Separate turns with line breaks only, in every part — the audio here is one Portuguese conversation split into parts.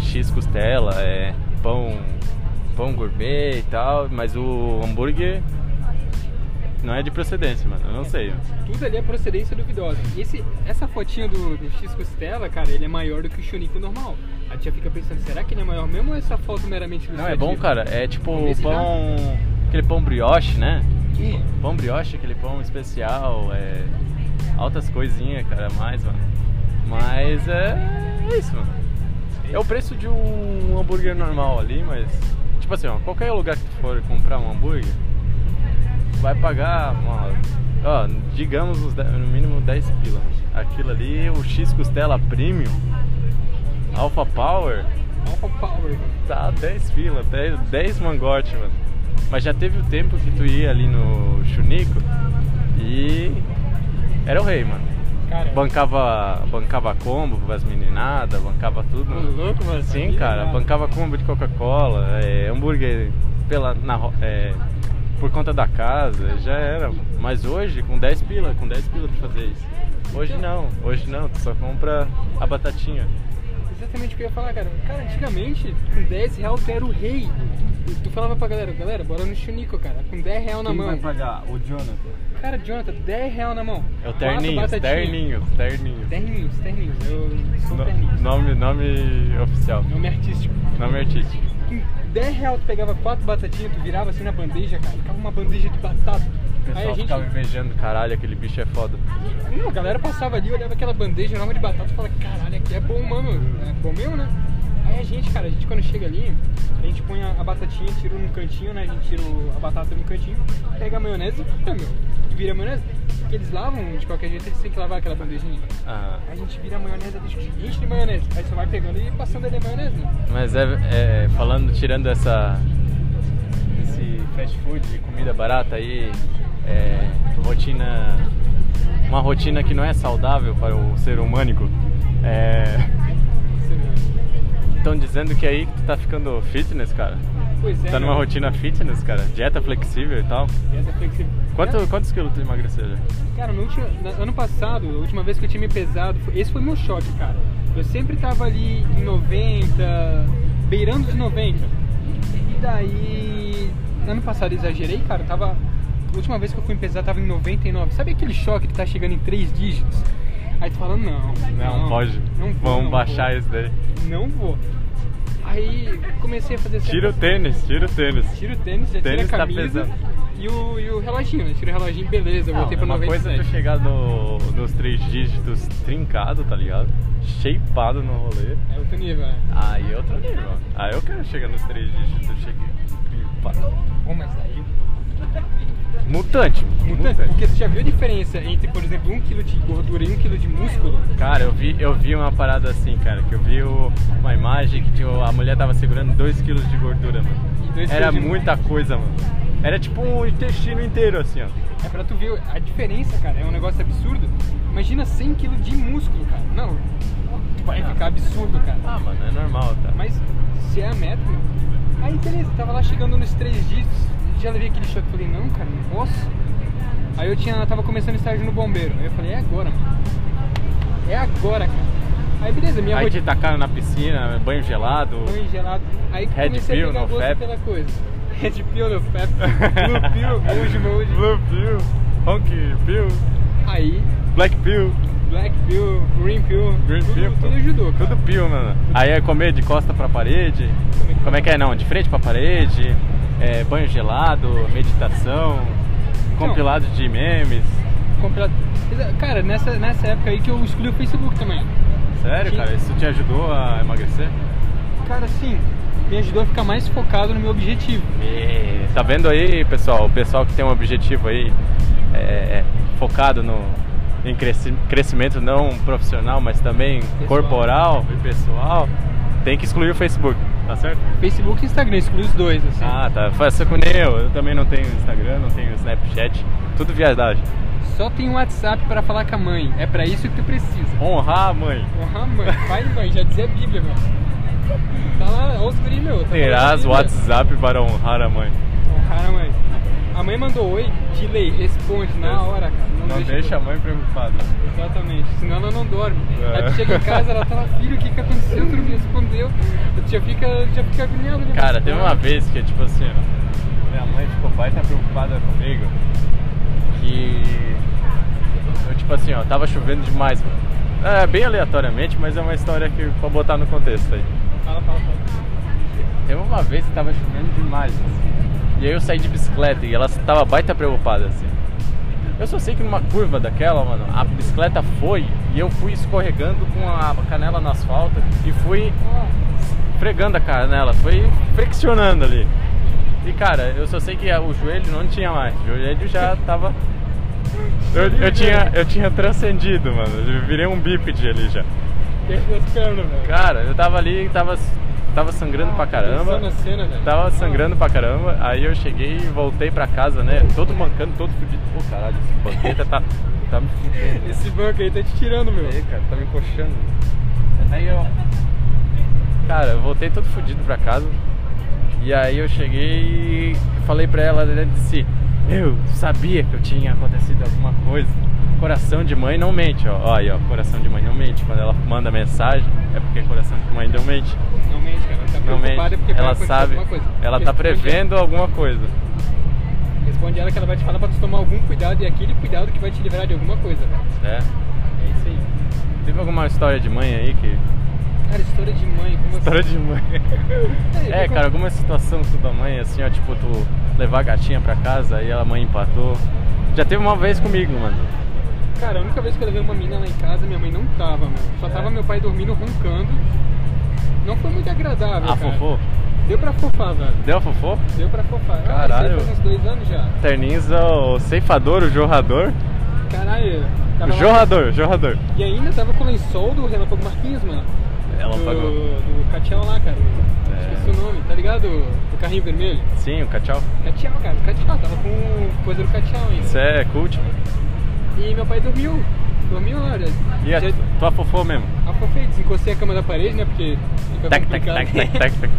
X costela, é pão, pão gourmet e tal, mas o hambúrguer não é de procedência, mano. Eu não sei.
Tudo ali é procedência duvidosa. E esse, essa fotinha do, do X Costela, cara, ele é maior do que o Chunico normal. A tia fica pensando, será que ele é maior mesmo ou é essa foto meramente
Não, é
ilustrativa?
bom, cara. É tipo
Vamos ver se
pão. Aquele pão brioche, né?
Que?
Pão brioche, aquele pão especial, é. Altas coisinhas, cara, a mais, mano. Mas é. é isso, mano. É o preço de um hambúrguer normal ali, mas. Tipo assim, ó, qualquer lugar que tu for comprar um hambúrguer, vai pagar, uma, ó, digamos uns de- no mínimo 10 pila. Aquilo ali, o X Costela Premium, Alpha Power,
Alpha um Power.
Tá, 10 fila, 10, 10 mangote, mano. Mas já teve o tempo que tu ia ali no Chunico e era o rei, mano.
Cara,
Bancava, bancava combo pras meninadas, bancava tudo.
Ô,
mano.
tá louco, mano,
Sim,
família,
cara,
mano.
bancava combo de Coca-Cola, é, hambúrguer pela, na, ro- é, por conta da casa, já era. mano. Mas hoje, com 10 pila, com 10 pila tu fazer isso. Hoje não, hoje não, tu só compra a batatinha.
exatamente o que eu ia falar, cara. Cara, antigamente, com 10 reais tu era o rei. Tu falava pra galera, galera, bora no Chunico, cara. Com 10 reais na
Quem
mão.
vai pagar? O Jonathan.
Cara, Jonathan, 10 reais na mão.
É o
Quatro
terninhos,
batatinhas.
terninhos, terninhos.
Terninhos, terninhos. Eu sou
No-
terninhos.
nome, nome oficial.
Nome artístico.
Nome artístico.
Com 10 reais tu pegava quatro batatinhas, tu virava assim na bandeja, cara. Ficava uma bandeja de batata.
O
Aí
pessoal
a gente.
ficava invejando, caralho, aquele bicho é foda.
Não, a galera passava ali, olhava aquela bandeja enorme de batata e falava, caralho, aqui é bom, mano. É bom mesmo, né? Aí a gente, cara, a gente quando chega ali, a gente põe a, a batatinha, tira num cantinho, né? A gente tira o- a batata no cantinho, pega a maionese e puta, meu, vira a maionese. Porque eles lavam, de qualquer jeito, eles têm que lavar aquela bandejinha.
Ah,
Aí a gente vira a maionese, a gente enche de maionese. Aí você vai pegando e passando ali a maionese, né?
mas é, é, falando, tirando essa. Esse fast food de comida barata aí, é, rotina. Uma rotina que não é saudável para o ser humano.
Você-
Estão dizendo que aí que tu tá ficando fitness, cara.
Pois é.
Tá numa
meu.
rotina fitness, cara. Dieta flexível e tal.
Essa foi que você- É.
Quanto, quantos quilos tu emagreceu já?
Cara, no último, na- ano passado, a última vez que eu tinha me pesado, foi- esse foi meu choque, cara. Eu sempre tava ali em 90, beirando os 90. E daí, ano passado eu exagerei, cara. eu Tava, a última vez que eu fui me pesar tava em 99. Sabe aquele choque que tá chegando em 3 dígitos? Aí tu fala, não.
Não, pode.
Não vou.
Vamos
não
baixar
vou,
isso daí.
Não vou. Aí comecei a fazer
Tira o
certas-
tênis, tira o tênis.
Tira o tênis, já tira
Tênis
a
tá
camisa
pesando.
e o, e o reloginho, né? Tira o reloginho, beleza, eu
Não,
voltei
é
pra
uma coisa é
97.
tu chegar no- nos três dígitos trincado, tá ligado? Shapeado no rolê.
É outro nível, né?
Aí é outro nível. Aí eu quero chegar nos três dígitos, cheguei trimpado.
Bom, mas aí...
Mutante,
Mutante, porque tu já viu a diferença entre, por exemplo, 1 kg de gordura e 1 kg de músculo?
Cara, eu vi, eu vi uma parada assim, cara, que eu vi o- uma imagem que tinha, a mulher tava segurando 2 kg de gordura, mano.
Dois
Era
quilos de-
muita coisa, mano. Era tipo um intestino inteiro, assim, ó.
É pra tu ver a diferença, cara. É um negócio absurdo. Imagina 100 kg de músculo, cara. Não, tu vai
Ah.
ficar absurdo, cara.
Ah, mano, é normal, tá?
Mas se é a meta, meu. Aí, beleza, tava lá chegando nos 3 dígitos. Já levei aquele choque. Falei, não, cara, não posso. Aí eu tinha, tava começando estágio no bombeiro. Aí eu falei, é agora, mano. É agora, cara. Aí, beleza, minha
Aí
rotina-
te tacaram na piscina, banho gelado.
banho gelado. Aí que
Red
comecei
pill,
a pegar
no
gosto
Fap.
pela coisa. Red pill no Fap, Blue pill, Gold Mode.
Blue Pill, Honk Pill,
Aí,
Black Pill,
Black pill, Green pill,
Green
tudo,
Pill.
tudo ajudou, cara.
Tudo Pill, mano. Aí é comer de costa pra parede. Como é que é não? De frente pra parede, é, banho gelado, meditação, compilado de memes.
Compilado. Cara, nessa, nessa época aí que eu excluí o Facebook também.
Sério,
Sim.
cara, isso te ajudou a emagrecer?
Cara, sim, me ajudou a ficar mais focado no meu objetivo.
E Tá vendo aí, pessoal? O pessoal que tem um objetivo aí é, focado no, em cresci- crescimento não profissional, mas também corporal e pessoal, tem que excluir o Facebook, tá certo?
Facebook e Instagram, excluí os dois, assim.
Ah, tá. Faça com eu. Eu também não tenho Instagram, não tenho Snapchat. Tudo viadagem.
Só tem um WhatsApp pra falar com a mãe. É pra isso que tu precisa.
Honrar a mãe.
Porra, mãe, pai, mãe, já dizia a Bíblia, meu. Tá lá, olha os guri, meu. tá falando a
Terás
Bíblia.
WhatsApp para honrar a mãe.
Bom, cara, mãe. A mãe mandou oi, delay, responde na hora, cara. Não,
Não deixa a mãe preocupada.
Exatamente, senão ela não dorme.
É.
A tia chega em casa, ela fala, filho, o que que aconteceu? Tu não me respondeu. A tia fica, a tia fica agoniada. né?
Cara, teve uma vez que, tipo assim, ó, minha mãe ficou pai tá preocupada comigo. Que. Eu, tipo assim, ó, tava chovendo demais, mano. É, bem aleatoriamente, mas é uma história que pra botar no contexto aí.
Fala, fala, fala.
Teve uma vez que tava chovendo demais, assim. E aí eu saí de bicicleta e ela tava baita preocupada, assim. Eu só sei que numa curva daquela, mano, a bicicleta foi e eu fui escorregando com a canela no asfalto e fui fregando a canela, foi friccionando ali. E cara, eu só sei que a- o joelho não tinha mais, o joelho já tava. Eu, eu tinha, eu tinha transcendido, mano, eu virei um bípede ali já. é
Perto
tá
das pernas, velho.
Cara, eu tava ali, tava, tava sangrando pra caramba.
Pensando na cena, velho.
Tava sangrando pra caramba, aí eu cheguei e voltei pra casa, né? Todo mancando, todo fudido. Pô, caralho, esse banqueta tá, tá me fudendo.
Esse banco aí tá te tirando, meu.
Aí, cara, tá me coxando. Aí eu. Cara, eu voltei todo fudido pra casa. E aí eu cheguei e falei pra ela dentro de si: Meu, tu sabia que eu tinha acontecido alguma coisa? Coração de mãe não mente, ó. Ó, Aí, ó, coração de mãe não mente. Quando ela manda mensagem, é porque coração de mãe não mente.
Não mente, cara. Ela tá
Não mente.
preocupada porque vai
Ela
acontecer
sabe,
alguma coisa.
ela tá
Responde
prevendo alguma coisa.
ela- Responde ela que ela vai te falar pra tu tomar algum cuidado e aquele cuidado que vai te livrar de alguma coisa, velho.
né?
É isso aí.
Teve alguma história de mãe aí que.
Cara, história de mãe, como
História
assim?
de mãe.
eu
É,
vou
cara,
contar.
alguma situação com tua mãe, assim, ó, tipo, tu levar a gatinha pra casa e a mãe empatou. Já teve uma vez comigo, mano.
Cara, a única vez que eu levei uma mina lá em casa, minha mãe não tava, mano. Só
É.
tava meu pai dormindo, roncando. Não foi muito agradável,
Ah,
cara.
fofô?
Deu pra fofar, velho.
Deu a fofô?
Deu pra fofar.
Caralho.
Ah, isso aí faz uns dois anos já.
Terninhos, o ceifador, o jorrador.
Caralho. Tava lá-
jorrador, jorrador.
E ainda tava com o lençol do Relâmpago Marquinhos, mano.
Ela
do,
pagou.
Do Catiel lá, cara.
É.
Esqueci o nome, tá ligado? Do carrinho vermelho.
Sim, o cachau.
Catiel, cara. Catiel. Tava com coisa do Catiel ainda.
Isso é cult.
E meu pai dormiu. Dormiu lá, já.
E a
já
tua fofô mesmo?
afofei, desencostei a cama da parede, né? Porque fica
Tac, tac,
complicado.
tac, tac, tac, tac.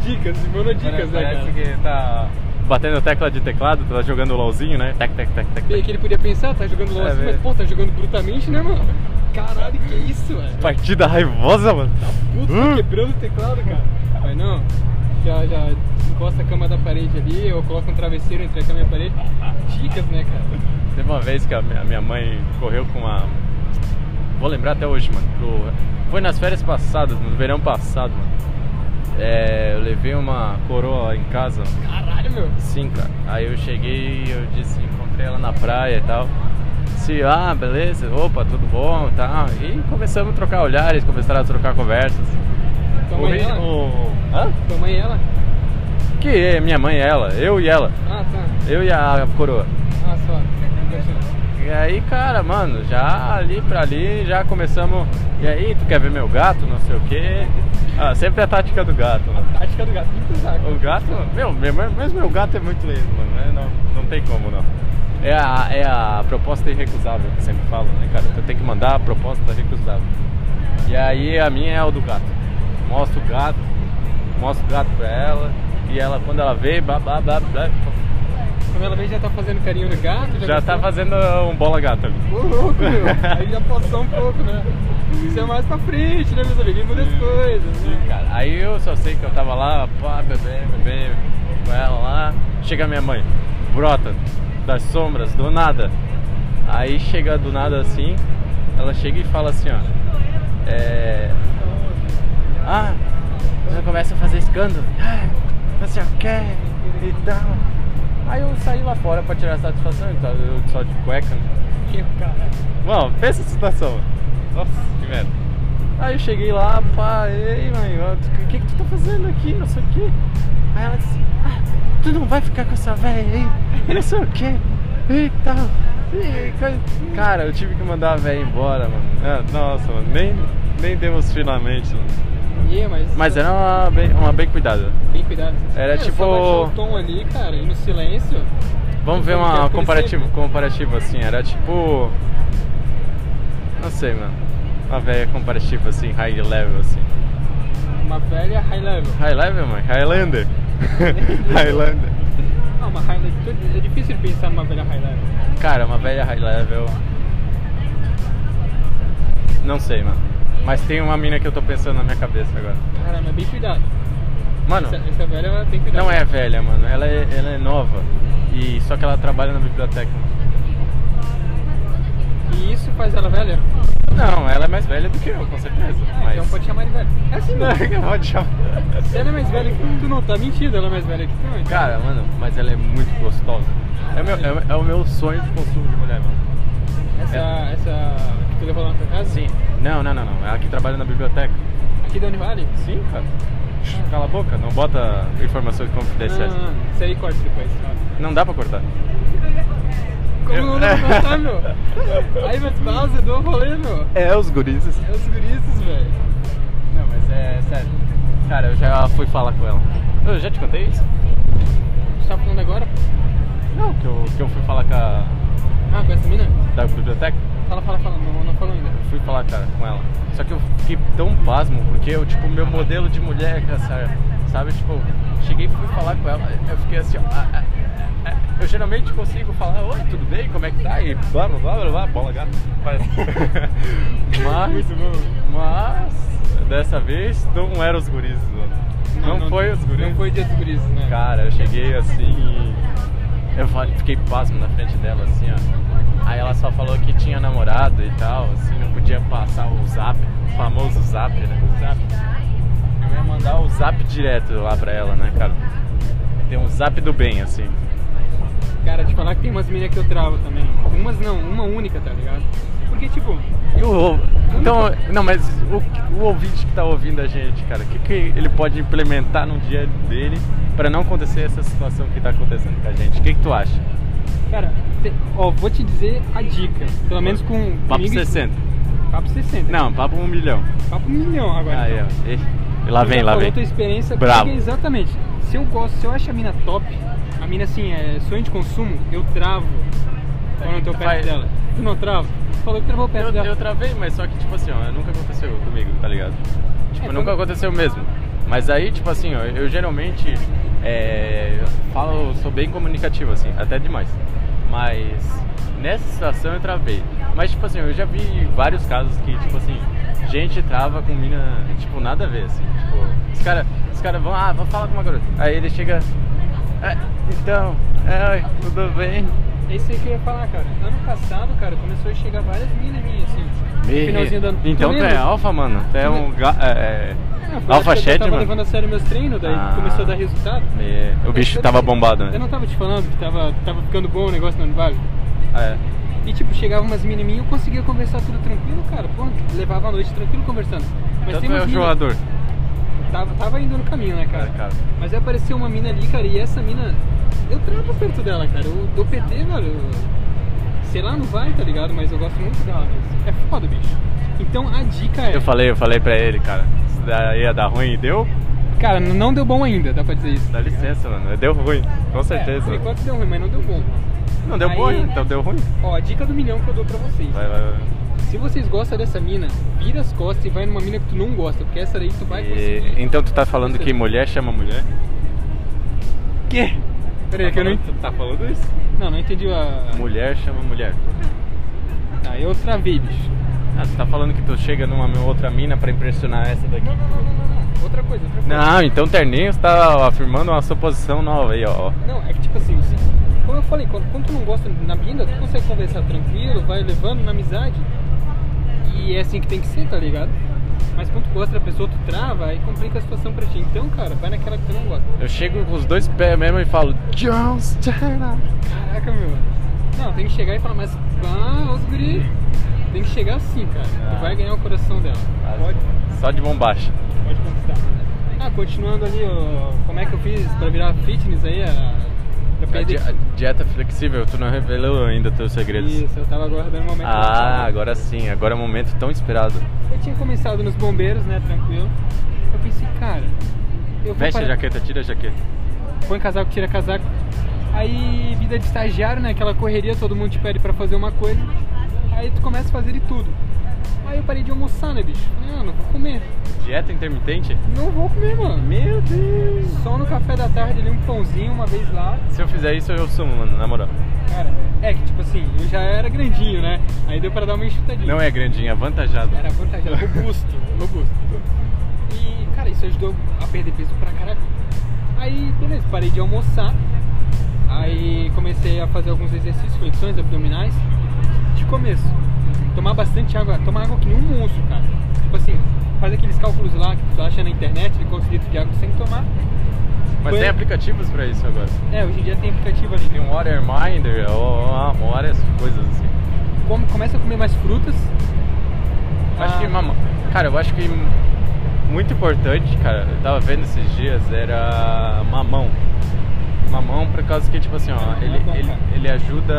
Dicas, monodicas, né, cara?
que tá batendo tecla de teclado, tá jogando LOLzinho, né? Tac, tac, tac, tac,
Bem, que
tac.
ele podia pensar, tá jogando LOL
É,
assim, mas
velho.
pô, tá jogando brutamente, né, mano? Caralho, que é isso, velho?
Partida raivosa, mano.
Puta,
Hum.
tá quebrando o teclado, cara. Mas não, já, já encosta a cama da parede ali, eu coloco um travesseiro entre a cama e a parede. Dicas, né, cara?
Teve uma vez que a minha minha mãe correu com uma. Vou lembrar até hoje, mano. pro- Foi nas férias passadas, no verão passado, mano. É, eu levei uma coroa lá em casa.
Caralho, meu.
Sim, cara. Aí eu cheguei e eu disse, encontrei ela na praia e tal. Se, ah, beleza, opa, tudo bom e tal. E começamos a trocar olhares, começaram a trocar conversas.
Tua
O
mãe e
ritmo-
ela?
Hã?
Tua mãe e ela?
Que é minha mãe, ela, eu e ela.
Ah, tá.
Eu e a coroa.
Ah, só.
E aí, cara, mano, já ali pra ali, já começamos. E aí, tu quer ver meu gato? Não sei o quê. Ah, sempre a tática do gato, né?
Tática do gato, pinta o saco.
O gato, meu, meu- mas meu gato é muito lindo, mano. né? Não, não tem como não. É a, é a proposta irrecusável que sempre falam, né, cara? Tu tem que mandar a proposta recusável. E aí a minha é o do gato. Mostro o gato, mostro o gato pra ela. E ela, quando ela vê, blá, blá, blá, blá,
Quando ela vem, já tá fazendo carinho no gato?
já tá
gostou?
fazendo um bola gato ali.
Ô louco, meu. Aí já passou um pouco, né? Isso é mais pra frente, né, meus amigos? Muda
Uhum.
as coisas,
Sim,
né?
cara. Aí eu só sei que eu tava lá, pá, bebê, bebê, com ela lá. Chega minha mãe, brota, das sombras, do nada. Aí chega do nada assim, ela chega e fala assim, ó. É. Ah, ela começa a fazer escândalo. Ah, não sei o que e tal. Aí eu saí lá fora pra tirar satisfação, eu tava- eu só de cueca, né?
Que cara.
Mano, pensa a situação. Nossa, que merda. Aí eu cheguei lá, pá, ei, mãe, o que, que tu tá fazendo aqui? Não sei o quê. Aí ela disse, ah, tu não vai ficar com essa velha aí? E não sei o quê. E tal. E coisa. Cara, eu tive que mandar a velha embora, mano. É, nossa, mano, nem, nem demos finalmente. mano.
E, mas...
Mas era uma bem, uma bem cuidada.
Bem cuidado.
Era
É,
tipo-
Só baixou o tom ali, cara, e no silêncio.
Vamos ver uma comparativa, comparativa assim, era tipo. Não sei, mano. Uma velha comparativa assim, high level assim.
Uma velha high level.
High level, mano. Highlander. Highlander.
Ah, uma high level. É difícil de pensar numa velha high level.
Cara, uma velha high level. Não sei, mano. Mas tem uma mina que eu tô pensando na minha cabeça agora.
Caramba, bem cuidado.
Mano,
Essa, essa velha tem cuidado.
não é velha, mano. Ela é, ela é nova. E só que ela trabalha na biblioteca.
E isso faz ela velha?
Não, ela é mais velha do que eu, com certeza. Mas...
Então pode chamar de velha. É assim
Não,
mesmo.
que pode chamar.
Se ela é mais velha que tu, não tá mentindo, ela é mais velha que tu. então.
Cara, mano, mas ela é muito gostosa. É o meu, é, o- é o meu sonho de consumo de mulher, mano.
Essa,
é.
essa que tu tá levou lá na tua casa?
Sim. Não, não, não, não. Ela que trabalha na biblioteca.
Aqui da Univale?
Sim, cara. Cala a boca, não bota informações confidenciais.
Não, não, não. Ah, Isso aí corta depois.
Não dá pra cortar.
Como
Eu-
eu... não vou cortar, meu? Aí, mas pausa, dou um rolê, meu.
É os gurizes.
É os gurizes, velho.
Não, mas é sério. Cara, eu já fui falar com ela. Eu já te contei isso?
Tu tá falando agora?
Não, que eu, que eu fui falar com a
Ah, com essa mina?
da biblioteca.
Fala, fala, fala. Não, não falou ainda.
Eu fui falar, cara, com ela. Só que eu fiquei tão pasmo, porque eu, tipo, meu modelo de mulher, cara, sabe? sabe? Tipo, cheguei e fui falar com ela, eu fiquei assim, ó. ah, ah, ah. Eu geralmente consigo falar, oi, tudo bem? Como é que tá? E blá blá blá blá blá, bola gata. Mas. mas,
Muito bom.
mas dessa vez não eram os guris, mano. Não, foi os guris.
Não foi dia dos gurizes, né?
Cara, eu cheguei assim e eu falei- fiquei pasmo na frente dela, assim, ó. Aí ela só falou que tinha namorado e tal, assim, não podia passar o zap, o famoso zap, né? O zap. Eu ia mandar o zap direto lá pra ela, né, cara? Tem um zap do bem, assim.
Cara, te falar que tem umas meninas que eu travo também. Umas não, uma única, tá ligado? Porque, tipo,
E o. Então, não, mas o, o ouvinte que tá ouvindo a gente, cara, o que, que ele pode implementar no dia dele pra não acontecer essa situação que tá acontecendo com a gente? O que, que tu acha?
cara, te- ó, vou te dizer a dica. Pelo menos com.
Papo
comigo e-
60.
Papo 60.
Não, Ah, papo um milhão.
Papo milhão agora.
Aí,
então.
ó. E- E lá vem,
Já
lá
falou
vem.
tua experiência.
Bravo.
porque exatamente. Se eu gosto, se eu acho a mina top, a mina assim, é sonho de consumo, eu travo quando eu tô
Tu
perto
faz-
dela. Tu não trava? Tu falou que travou perto
Eu,
dela.
eu travei, mas só que, tipo assim, ó, nunca aconteceu comigo, tá ligado? Tipo,
É,
nunca
quando-
aconteceu mesmo. Mas aí, tipo assim, ó, eu geralmente é, falo, sou bem comunicativo, assim, até demais. Mas nessa situação eu travei. Mas, tipo assim, eu já vi vários casos que, tipo assim, gente trava com mina, tipo, nada a ver, assim. Tipo, os caras os cara vão, ah, vou falar com uma garota. Aí ele chega, "Ah, então, é, oi, tudo bem?
É isso aí que eu ia falar, cara. Ano passado, cara, começou a chegar várias minas minhas, assim.
Me-
No finalzinho do ano.
Então tu,
lembra?
é alfa, mano. Tu é
Tu
um. Ga... É...
Ah, foi
Alfa
acho que
chat,
Eu tava
mano.
levando a sério meus treinos, daí
Ah.
começou a dar resultado.
Me- O bicho
Eu-
tava bombado,
Eu
né?
não tava te falando que tava, tava ficando bom o negócio no Vale?
É.
E tipo, chegava umas mini minhas e eu conseguia conversar tudo tranquilo, cara. Pô, levava a noite tranquilo conversando. Mas
Então
tem
tu é
umas
um
mina-
jogador.
Tava, tava indo no caminho, né, cara?
É, cara.
Mas aí apareceu uma mina ali, cara, e essa mina. Eu travo perto dela, cara. Eu dou PT, velho. eu- Sei lá, não vai, tá ligado? Mas eu gosto muito dela, mas é foda, bicho. Então a dica é.
Eu falei, eu falei pra ele, cara. Isso daí ia dar ruim e deu?
Cara, n- não deu bom ainda, dá pra dizer isso.
Dá licença, mano. Deu ruim, com
É,
certeza.
por enquanto deu ruim, mas não deu bom.
Não deu
Aí-
bom, então deu ruim.
Ó, a dica do milhão que eu dou pra vocês.
Vai, vai, vai.
Se vocês gostam dessa mina, vira as costas e vai numa mina que tu não gosta, porque essa daí tu vai
E-
conseguir.
Então tu tá falando que mulher chama mulher? Que?
Peraí, é que eu não
Tu tá falando isso?
Não, não entendi a.
Mulher chama mulher.
Tá, eu travei, bicho.
Ah, tu tá falando que tu chega numa outra mina pra impressionar essa daqui?
Não, não, não, não, não, não. Outra coisa, outra coisa.
Não, então Terninho está afirmando uma suposição nova aí, ó.
Não, é que tipo assim, se- como eu falei, quando, quando tu não gosta na mina, tu consegue conversar tranquilo, vai levando na amizade. E é assim que tem que ser, tá ligado? Mas quando tu gosta da pessoa, tu trava, aí complica a situação pra ti. Então, cara, vai naquela que tu não gosta.
Eu chego com os dois pés mesmo e falo, Johnstown.
Caraca, meu. Não, tem que chegar e falar, mas ah, os guri. Tem que chegar assim, cara.
Ah.
Tu vai ganhar o coração dela. Pode,
Só de bombacha.
pode conquistar. Ah, continuando ali, ó, como é que eu fiz pra virar fitness aí? A, pra
A di-
perder.
a dieta flexível, tu não revelou ainda teus segredos.
Isso, eu tava aguardando o momento.
Ah, agora sim, agora é um momento tão esperado.
Eu tinha começado nos bombeiros, né, tranquilo. Eu pensei, cara, eu vou
Veste a
parar-
jaqueta, tira a jaqueta.
põe casaco, tira casaco. Aí vida de estagiário, né, aquela correria, todo mundo te pede pra fazer uma coisa. Aí tu começa a fazer de tudo. Aí eu parei de almoçar, né, bicho? Falei, ah, não vou comer.
Dieta intermitente?
Não vou comer, mano.
Meu Deus!
Só no café da tarde ali um pãozinho uma vez lá.
Se eu fizer isso, eu sumo, mano, na moral.
Cara, é que tipo assim, eu já era grandinho, né? Aí deu pra dar uma enxutadinha.
Não é grandinho, é avantajado.
Era vantajoso, robusto, robusto. E, cara, isso ajudou a perder peso pra caraca. Aí, beleza, parei de almoçar. Aí comecei a fazer alguns exercícios, flexões abdominais. De começo, tomar bastante água, tomar água que nem um monstro, cara. Tipo assim, faz aqueles cálculos lá que tu acha na internet de quantos litros de água você tem que tomar.
Mas
Foi-
tem aplicativos pra isso agora.
É, hoje em dia tem aplicativo ali.
Tem um Waterminder, ou, ou, ou várias coisas assim.
Come- começa a comer mais frutas. Ah,
Acho que, mama, cara, eu acho que muito importante, cara, eu tava vendo esses dias, era mamão. Mamão por causa que, tipo assim, ó,
Mamão é
ele,
bom,
ele,
cara.
ele ajuda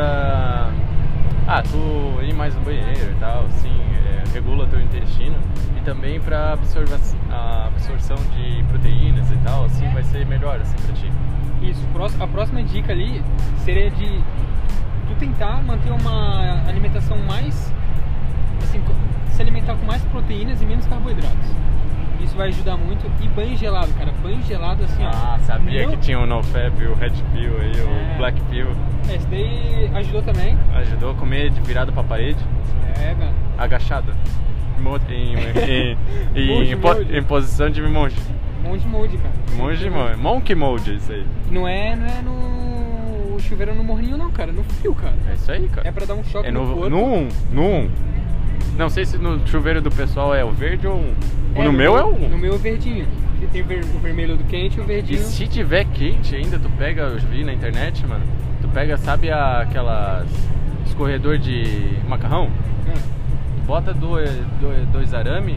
ah, tu ir mais no banheiro e tal, assim, é, regula teu intestino e também pra absorva, a absorção de proteínas e tal, assim, vai ser melhor, assim, pra ti.
Isso, pró- a próxima dica ali seria de tu tentar manter uma alimentação mais. Assim, co- se alimentar com mais proteínas e menos carboidratos. Isso vai ajudar muito. E banho gelado, cara. Banho gelado assim, ó.
Ah, sabia
não-
que tinha o NoFap, o Red Pill aí,
É.
o Black Pill,
É, isso daí ajudou também.
ajudou a comer de virado pra parede.
É, velho.
agachado. Mo- Em, em, em,
Monge,
em, po-
monge.
em posição de monge.
Monte molde, cara.
Monge, monge. Monkey mode, isso aí.
Não é, não é no. O chuveiro no morninho, não, cara. No fio, cara.
É isso aí, cara.
É pra dar um choque
É
no,
no,
corpo.
no um, no um. Não sei se no chuveiro do pessoal é o verde ou um. O
É,
no meu é o
No
um.
meu um. é o verdinho. Porque Tem o ver- o vermelho do quente e o
E
verdinho.
se tiver quente ainda, tu pega, eu vi na internet, mano. Tu pega, sabe a- aquelas escorredor de macarrão?
Ah,
Bota dois, dois, dois arame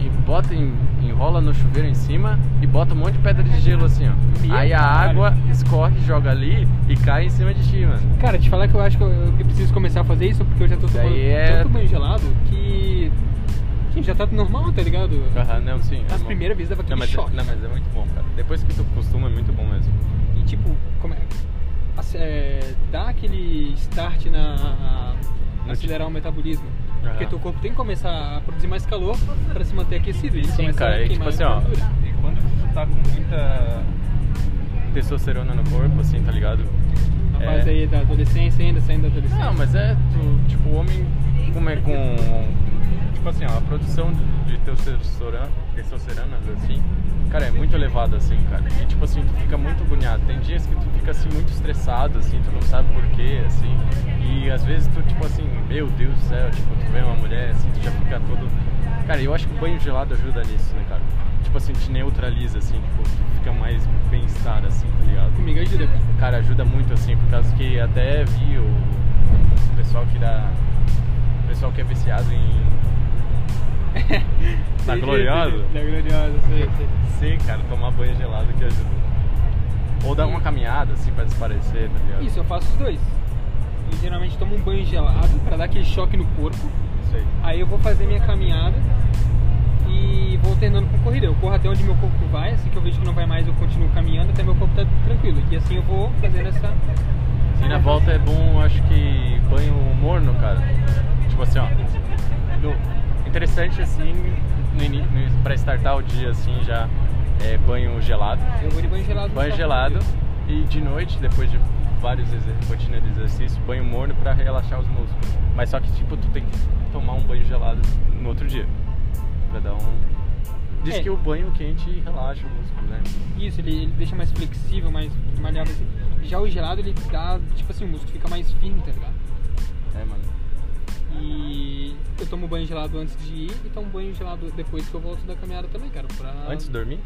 e bota em- enrola no chuveiro em cima e bota um monte de pedra de gelo assim, ó.
Meu
Aí a
caralho.
água escorre, joga ali e cai em cima de ti, mano.
Cara, te falar que eu acho que eu, eu preciso começar a fazer isso porque eu já tô
Daí
tomando
é-
tanto banho gelado que. Gente, já tá normal, tá ligado?
Aham, não, sim. é
As
bom.
primeiras vezes dava aquele
não, mas,
um choque.
Não, mas é muito bom, cara. Depois que tu costuma, é muito bom mesmo.
E tipo, como é. ace- é, dá aquele start na.
No
acelerar o metabolismo.
Aham.
Porque teu corpo tem que começar a produzir mais calor pra se manter aquecido. Ele
Sim,
começa
cara,
a
e tipo
queimar
assim, ó.
gordura.
E quando tu tá com muita testosterona no corpo, assim, tá ligado?
Na
É.
fase aí da adolescência, ainda saindo da adolescência.
Não, mas é, tu, tipo, o homem como é com. Tipo assim, ó, a produção de testosterona, testosterona, assim, cara, é muito elevada, assim, cara. E tipo assim, tu fica muito agoniado. Tem dias que tu fica assim muito estressado, assim, tu não sabe porquê, assim. E às vezes tu, tipo assim, meu Deus do céu, tipo, tu vê uma mulher, assim, tu já fica todo. Cara, eu acho que o banho gelado ajuda nisso, né, cara? Tipo assim, te neutraliza, assim, tipo, tu fica mais bem-estar, assim, tá ligado?
Comigo ajuda, cara.
Cara, ajuda muito assim, por causa que até vi o pessoal que dá. O pessoal que é viciado em. Tá
Entendi,
glorioso?
entendi. Tá glorioso, sei, sei.
Sei, cara, tomar banho gelado que ajuda. Ou dar uma caminhada assim pra desaparecer, tá ligado?
Isso, eu faço os dois. Eu geralmente tomo um banho gelado pra dar aquele choque no corpo.
Isso aí.
Aí eu vou fazer minha caminhada e vou alternando com corrida. Eu corro até onde meu corpo vai, assim que eu vejo que não vai mais, eu continuo caminhando até meu corpo tá tranquilo. E assim eu vou fazendo essa.
E na volta é bom, acho que banho morno, cara. Tipo assim, ó. no- Interessante assim, no, ini- no, pra startar o dia assim já é banho gelado.
Eu vou de banho gelado. no
banho
sábado.
gelado e de noite, depois de vários exer- rotina de exercício, banho morno pra relaxar os músculos. Mas só que tipo, tu tem que tomar um banho gelado no outro dia. Pra dar um. Diz
É.
que o banho quente relaxa o músculo, né?
Isso, ele, ele deixa mais flexível, mais malhável. Assim. Já o gelado ele dá, tipo assim, o músculo fica mais firme, tá ligado?
É, mano.
E eu tomo banho gelado antes de ir e tomo banho gelado depois que eu volto da caminhada também, cara. Pra...
Antes de dormir?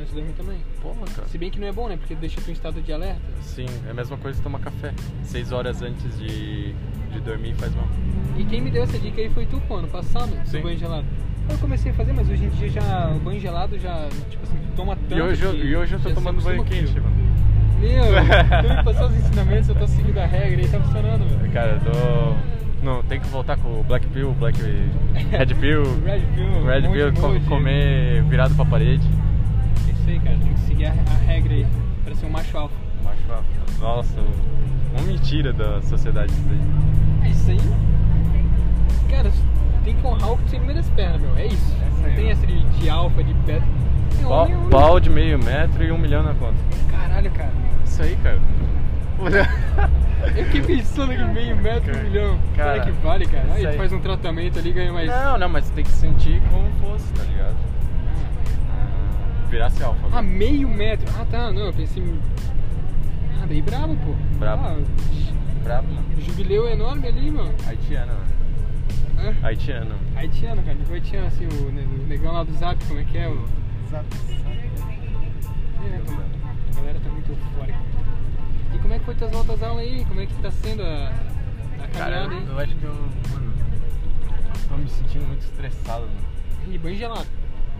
Antes de dormir também.
Porra, cara.
Ah. Se bem que não é bom, né? Porque deixa tu em estado de alerta.
Sim, é a mesma coisa que tomar café. Seis horas antes de, de dormir faz mal.
E quem me deu essa dica aí foi tu, pô, ano passado, do
Sim.
banho gelado. Eu comecei a fazer, mas hoje em dia já o banho gelado já, tipo assim, tu toma tanto.
E hoje, eu-
que
e hoje eu tô
já se
tomando banho
acostuma
quente,
com
mano.
aquilo. Meu, tu me passou os ensinamentos, eu tô seguindo a regra e tá funcionando, velho.
Cara, eu tô. Não, tem que voltar com o Black Pill, Black Red Pill.
Red Pill,
Red
um
Pill,
monte,
co-
um monte.
comer virado pra parede.
É isso aí, cara, tem que seguir a, a regra aí, pra ser um macho alfa.
Macho alfa. Nossa, uma mentira da sociedade isso aí.
É isso aí. Cara, tem que pernas, meu. É
É
isso.
isso aí,
Não tem
mano.
essa de, de alfa, de beta. É
Pau,
homem, é homem.
pau de meio metro e um milhão na conta.
Caralho, cara.
Isso aí, cara.
Eu fiquei pensando que meio metro, um
Cara,
milhão. Cara,
cara,
que vale, cara.
isso
Aí tu
aí.
faz um tratamento ali, ganha mais.
Não, não, mas tem que sentir como fosse, tá ligado? Virasse alfa.
Ah,
né?
meio metro. Ah, tá. Não, eu pensei. em- Ah, daí brabo, pô.
Brabo.
Ah,
Brabo, mano.
jubileu é enorme ali, mano.
Haitiano, mano.
Ah,
Haitiano.
haitiano, cara. Tipo haitiano, assim, o ne- o negão lá do zap, como é que é? O... É, né, pô? A galera tá muito eufórica. E como é que foi tuas voltas à aula aí? Como é que tá sendo a, a
Cara,
caminhada
eu acho que eu, mano, tô me sentindo muito estressado, mano.
aí? E banho gelado.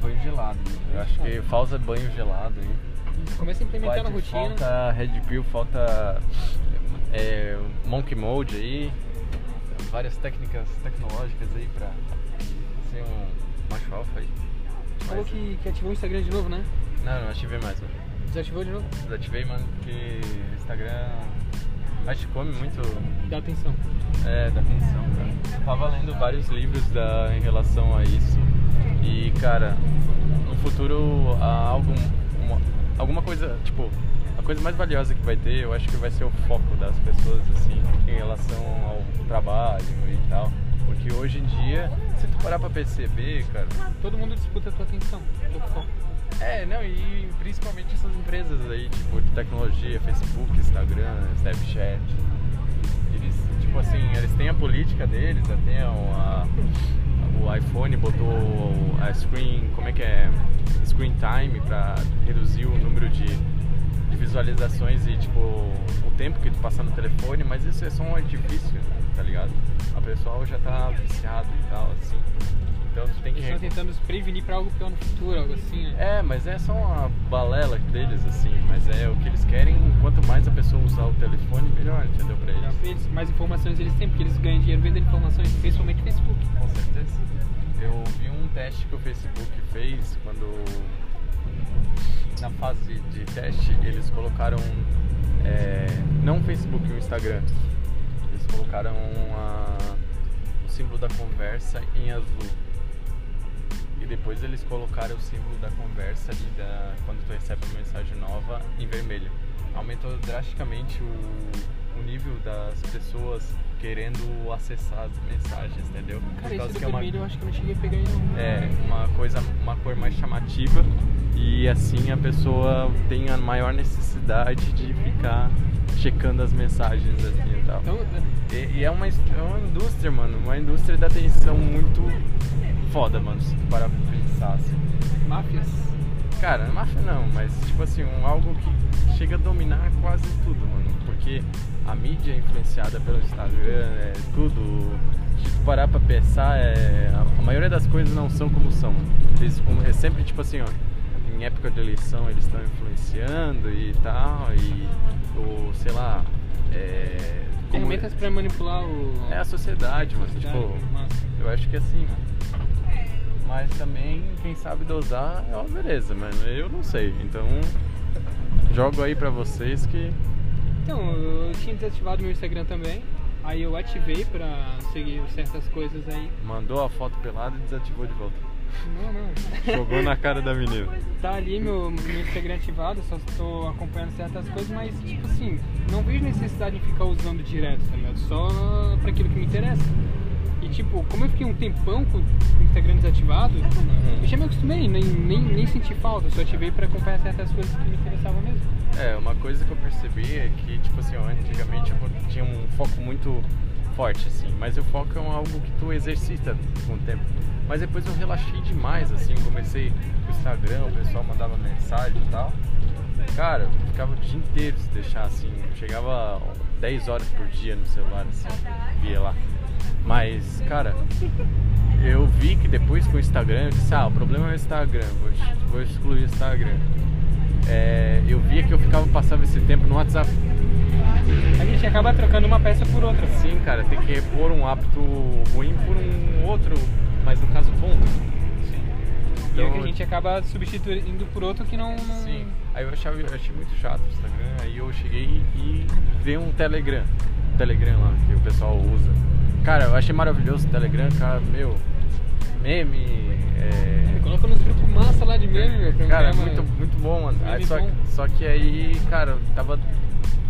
Banho gelado, mano. Eu acho que falta banho gelado, hein?
Começa a implementar na
Pode-
rotina.
Falta Red Pill, falta é, Monkey Mode aí, várias técnicas tecnológicas aí pra ser um macho alfa aí.
Tu Falou
Mas-
que, que ativou o Instagram de novo, né?
Não, não ativei mais, mano.
Desativou de novo?
Desativei, mano, porque Instagram acho que come muito
Dá atenção.
é, da atenção, cara. Eu Tava lendo vários livros da, em relação a isso e, cara, no futuro há algum, uma- alguma coisa, tipo, a coisa mais valiosa que vai ter, eu acho que vai ser o foco das pessoas, assim, em relação ao trabalho e tal. Porque hoje em dia, se tu parar pra perceber, cara,
Todo mundo disputa a tua atenção. teu foco.
é, não, e principalmente essas empresas aí, tipo, de tecnologia, Facebook, Instagram, Snapchat. Eles, tipo assim, eles têm a política deles, até o, a- o iPhone botou a screen, como é que é? Screen time pra reduzir o número de, de visualizações e, tipo, o tempo que tu passa no telefone, mas isso é só um artifício, tá ligado? A pessoa já tá viciada e tal, assim. Então tu tem que
Eles estão tentando se prevenir pra algo pior no futuro, algo assim, né?
é, mas é só uma balela deles, assim. Mas é o que eles querem, quanto mais a pessoa usar o telefone, melhor, entendeu? Pra
Pra
eles.
eles, É. mais informações eles têm, porque eles ganham dinheiro vendendo informações, principalmente no Facebook.
Com certeza. Eu vi um teste que o Facebook fez quando. Na fase de teste, eles colocaram. é, não o Facebook, o Instagram. Eles colocaram a- o símbolo da conversa em azul. E depois eles colocaram o símbolo da conversa ali da, quando tu recebe uma mensagem nova em vermelho. Aumentou drasticamente o, o nível das pessoas querendo acessar as mensagens, entendeu? Por
Cara, esse
causa
do
que é uma-
vermelho eu acho que eu não cheguei a pegar ainda. não.
é uma coisa, uma cor mais chamativa e assim a pessoa tem a maior necessidade de ficar checando as mensagens assim e tal.
Então,
E, e é, uma, es- é uma indústria, mano, uma indústria da atenção muito foda, mano, se tu parar pra pensar assim.
máfias.
Cara, máfia não, mas tipo assim, um, algo que chega a dominar quase tudo, mano. Porque a mídia é influenciada pelo Instagram, é tudo. Se tu parar pra pensar, é, a, a maioria das coisas não são como são. mano. Eles, como- é sempre tipo assim, ó. Em época de eleição eles estão influenciando e tal, e. Ou sei lá. É, como-
Ferramentas pra manipular o.
é a sociedade, mano.
sociedade,
Tipo,
massa.
eu acho que é assim, mano. Mas também, quem sabe dosar é uma beleza, mano. Eu não sei. Então, jogo aí pra vocês que.
Então, eu tinha desativado meu Instagram também. Aí eu ativei pra seguir certas coisas aí.
Mandou a foto pelada e desativou de volta.
Não, não.
Jogou na cara da menina.
Tá ali meu, meu Instagram ativado, só estou acompanhando certas coisas, mas tipo assim, não vejo necessidade em ficar usando direto, tá ligado? Só pra aquilo que me interessa. E tipo, como eu fiquei um tempão com o Instagram desativado, eu já me acostumei, nem, nem, nem senti falta, só ativei pra acompanhar certas coisas que me interessavam mesmo.
É, uma coisa que eu percebi é que, tipo assim, ó, antigamente eu tinha um foco muito forte, assim, mas o foco é um- algo que tu exercita com o tempo. Mas depois eu relaxei demais, assim, comecei com o Instagram, o pessoal mandava mensagem e tal. Cara, eu ficava o dia inteiro se deixar assim, eu chegava 10 horas por dia no celular, assim, via lá. Mas, cara, eu vi que depois com o Instagram, eu disse, ah, o problema é o Instagram, vou, vou excluir o Instagram. É, eu via que eu ficava passando esse tempo no WhatsApp.
A gente acaba trocando uma peça por outra. né?
Sim, cara, tem que repor um hábito ruim por um outro, mas no caso bom. Então,
E é que a gente acaba substituindo por outro que não. não-
Sim. Aí eu, achava, eu achei muito chato o Instagram, aí eu cheguei e vi um Telegram. Telegram lá, que o pessoal usa. Cara, eu achei maravilhoso o Telegram, cara, meu. meme. é,
Coloca nos grupos massa lá de meme, meu. pra
Cara, é
ganhar uma-
muito, muito bom, mano.
Meme
Aí só,
bom.
só que aí, cara, eu tava.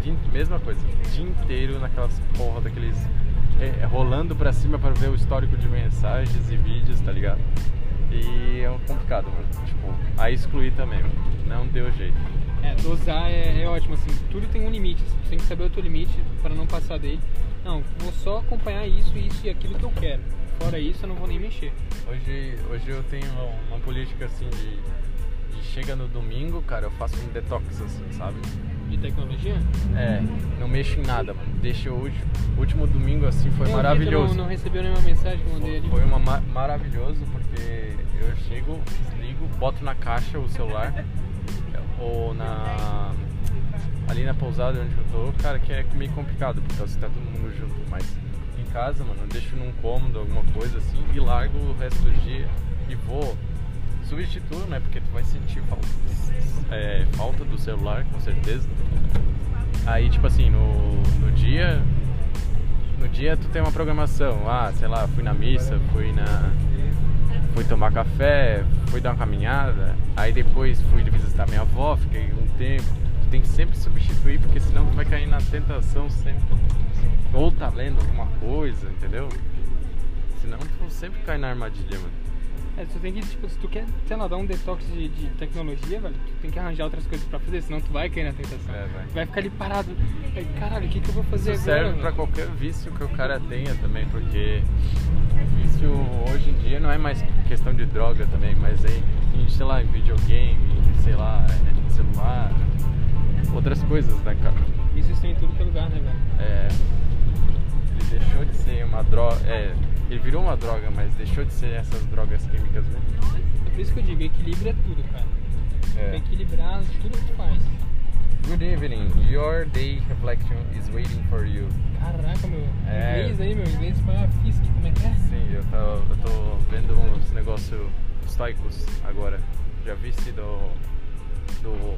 dia- Mesma coisa, o dia inteiro naquelas porra daqueles. é, é, rolando pra cima pra ver o histórico de mensagens e vídeos, tá ligado? E é complicado, mano. Tipo, aí excluí também, mano. Não deu jeito.
É, dosar é, é ótimo, assim, tudo tem um limite, assim, você tem que saber o teu limite para não passar dele. Não, vou só acompanhar isso, isso e aquilo que eu quero. Fora isso, eu não vou nem mexer.
Hoje, hoje eu tenho uma política assim de, de chega no domingo, cara, eu faço um detox assim, sabe?
De tecnologia?
É, não mexo em nada, mano. Deixa o último, o último domingo assim, foi
Eu vi que
maravilhoso.
Não, não recebeu nenhuma mensagem que eu mandei
Foi,
ali.
foi uma ma- maravilhoso porque eu chego, desligo, boto na caixa o celular é, ou na ali na pousada onde eu tô, cara, que é meio complicado porque você tá todo mundo junto, mas em casa, mano, eu deixo num cômodo alguma coisa assim e largo o resto do dia e vou substituo, né? Porque tu vai sentir falta, é, falta do celular, com certeza. Aí, tipo assim, no, no dia. No dia tu tem uma programação. Ah, sei lá, fui na missa, fui na. Fui tomar café, fui dar uma caminhada. Aí depois fui visitar minha avó, fiquei um tempo. Tu tem que sempre substituir, porque senão tu vai cair na tentação sempre. Ou tá lendo alguma coisa, entendeu? Senão tu sempre cai na armadilha, mano.
É, tu tem que, tipo, se tu quer, sei lá, dar um detox de, de tecnologia, velho, tu tem que arranjar outras coisas pra fazer, senão tu vai cair na tentação.
É, vai.
Tu vai ficar ali parado. Aí, Caralho, o que, que eu vou fazer
Isso
agora?
serve pra
velho?
qualquer vício que o cara tenha também, porque vício hoje em dia não é mais questão de droga também, mas aí, em, sei lá, em videogame, em, sei lá, em celular, outras coisas, né, cara?
Isso está em tudo que é lugar, né, velho?
É, ele deixou de ser uma droga, é, ele virou uma droga, mas deixou de ser essas drogas químicas, né?
É por isso que eu digo, equilíbrio é tudo, cara.
É.
Tem que equilibrar tudo que tu faz.
Good evening, your day reflection is waiting for you.
Caraca, meu.
É.
Inglês aí, meu. Inglês espanhol, fisk, como é que é?
Sim, eu tô, eu tô vendo um uns negócios estoicos agora. Já viste do, do.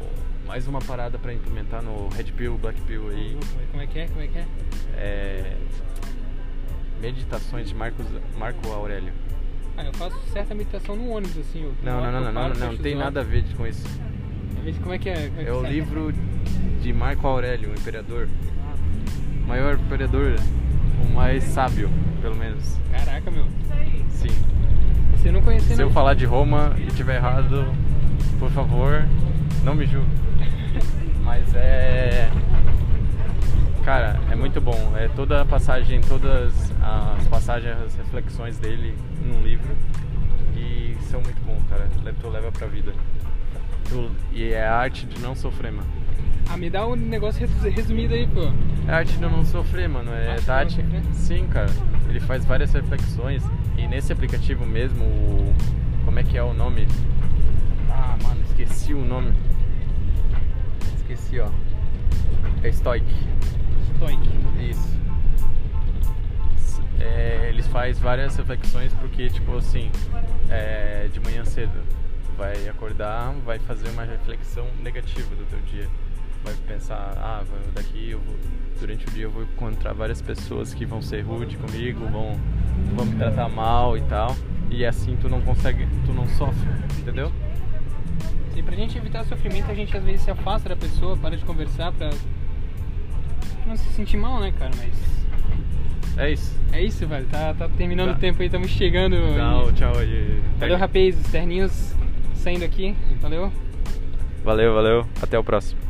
Mais uma parada pra implementar no Red Pill, Black Pill aí.
Como é que é? Como é que é?
É, meditações de Marcos, Marco Aurélio.
Ah, eu faço certa meditação no ônibus, assim. Eu
Não, não, não, não, não, não, não, tem nada a ver com isso.
ver. Como é que é? Como que
É o
sai?
livro de Marco Aurélio, o imperador. O maior imperador, o mais sábio, pelo menos.
Caraca, meu.
Sim.
Você não conhece
Se
não.
eu falar de Roma e tiver errado, por favor, não me julgue. Mas é. Cara, é muito bom. É toda a passagem, todas as passagens, as reflexões dele num livro. E são muito bom, cara. Le- Tu leva pra vida. Tu- E é a arte de não sofrer, mano.
Ah, me dá um negócio resu- resumido aí, pô.
É a arte de não sofrer, mano. É
Arte de não
Tati.
sofrer?
Sim, cara. Ele faz várias reflexões. E nesse aplicativo mesmo, o... como é que é o nome? Ah, mano, esqueci o nome. Esqueci, ó. É Stoic.
Stoic.
Isso. É, eles faz várias reflexões porque, tipo assim, é, de manhã cedo, vai acordar, vai fazer uma reflexão negativa do teu dia. Vai pensar, ah, vai- daqui eu vou, durante o dia eu vou encontrar várias pessoas que vão ser rude comigo, vão, vão me tratar mal e tal. E assim tu não consegue, tu não sofre, entendeu?
E pra gente evitar sofrimento, a gente às vezes se afasta da pessoa, para de conversar pra não se sentir mal, né, cara? Mas
É isso.
é isso, velho. Tá, tá terminando
Tá.
o tempo aí, estamos chegando.
Tchau, tchau. e-
Valeu, rapaz. Os terninhos saindo aqui. Valeu.
Valeu, valeu. Até o próximo.